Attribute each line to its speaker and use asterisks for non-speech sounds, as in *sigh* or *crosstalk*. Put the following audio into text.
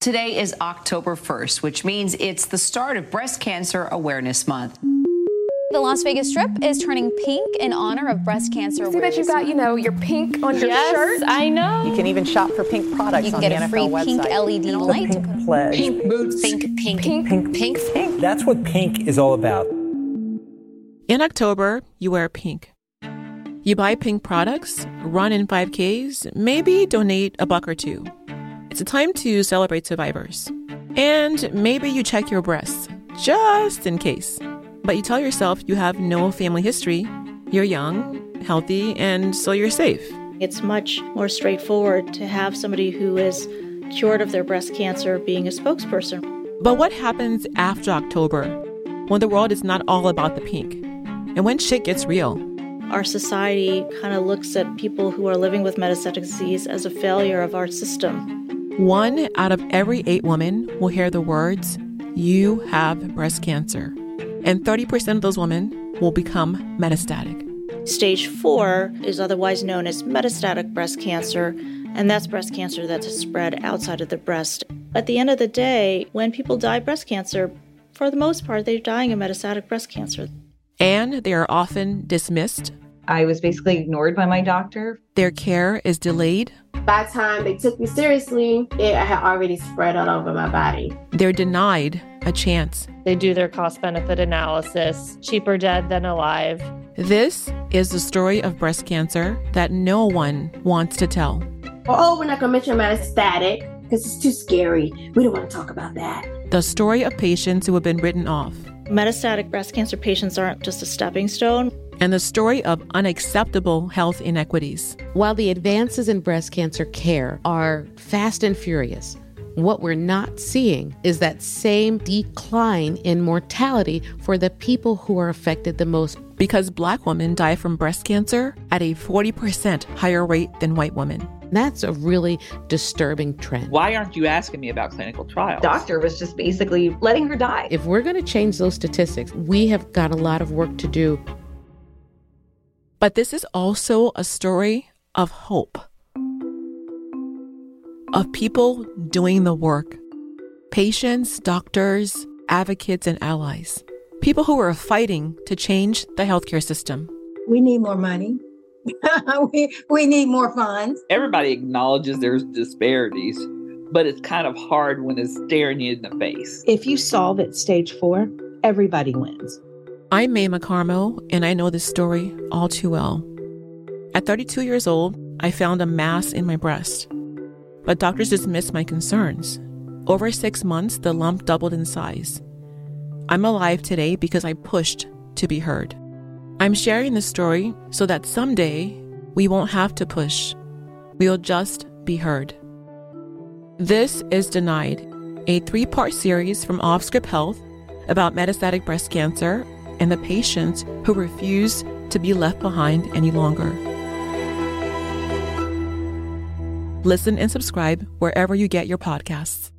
Speaker 1: Today is October 1st, which means it's the start of Breast Cancer Awareness Month.
Speaker 2: The Las Vegas Strip is turning pink in honor of breast cancer.
Speaker 3: See that you
Speaker 2: awareness
Speaker 3: got, you know, your pink on your
Speaker 4: Yes,
Speaker 3: shirt.
Speaker 4: I know.
Speaker 5: You can even shop for pink products
Speaker 2: You can
Speaker 5: on
Speaker 2: get
Speaker 5: the
Speaker 2: a
Speaker 5: NFL
Speaker 2: free pink
Speaker 5: website.
Speaker 2: LED
Speaker 5: The
Speaker 2: light to
Speaker 5: pink
Speaker 2: put-
Speaker 5: pledge.
Speaker 6: Boots.
Speaker 7: Pink, pink,
Speaker 3: Pink.
Speaker 7: pink, pink.
Speaker 5: Pink.
Speaker 6: That's what pink is all about.
Speaker 8: In October, you wear pink. You buy pink products, run in 5Ks, maybe donate a buck or two. It's a time to celebrate survivors. And maybe you check your breasts, just in case. But you tell yourself you have no family history, you're young, healthy, and so you're safe.
Speaker 4: It's much more straightforward to have somebody who is cured of their breast cancer being a spokesperson.
Speaker 8: But what happens after October when the world is not all about the pink? And when shit gets real?
Speaker 4: Our society kind of looks at people who are living with metastatic disease as a failure of our system.
Speaker 8: One out of every eight women will hear the words, You have breast cancer. And 30% of those women will become metastatic.
Speaker 4: Stage four is otherwise known as metastatic breast cancer, and that's breast cancer that's spread outside of the breast. At the end of the day, when people die of breast cancer, for the most part, they're dying of metastatic breast cancer.
Speaker 8: And they are often dismissed.
Speaker 9: I was basically ignored by my doctor.
Speaker 8: Their care is delayed.
Speaker 10: By the time they took me seriously, it had already spread all over my body.
Speaker 8: They're denied a chance.
Speaker 7: They do their cost benefit analysis. Cheaper dead than alive.
Speaker 8: This is the story of breast cancer that no one wants to tell.
Speaker 10: Or, oh, we're not going to mention metastatic because it's too scary. We don't want to talk about that.
Speaker 8: The story of patients who have been written off,
Speaker 4: Metastatic breast cancer patients aren't just a stepping stone.
Speaker 8: and the story of unacceptable health inequities.
Speaker 7: While the advances in breast cancer care are fast and furious, what we're not seeing is that same decline in mortality for the people who are affected the most.
Speaker 8: Because black women die from breast cancer at a 40% higher rate than white women.
Speaker 7: That's a really disturbing trend.
Speaker 5: Why aren't you asking me about clinical trials?
Speaker 9: Doctor was just basically letting her die.
Speaker 7: If we're going to change those statistics, we have got a lot of work to do.
Speaker 8: But this is also a story of hope, of people doing the work patients, doctors, advocates, and allies, people who are fighting to change the healthcare system.
Speaker 3: We need more money. *laughs* we, we need more funds.
Speaker 5: Everybody acknowledges there's disparities, but it's kind of hard when it's staring you in the face.
Speaker 3: If you solve it stage four, everybody wins.
Speaker 8: I'm Mae McCarmo, and I know this story all too well. At 32 years old, I found a mass in my breast, but doctors dismissed my concerns. Over six months, the lump doubled in size. I'm alive today because I pushed to be heard. I'm sharing this story so that someday we won't have to push. We'll just be heard. This is Denied, a three part series from Offscript Health about metastatic breast cancer and the patients who refuse to be left behind any longer. Listen and subscribe wherever you get your podcasts.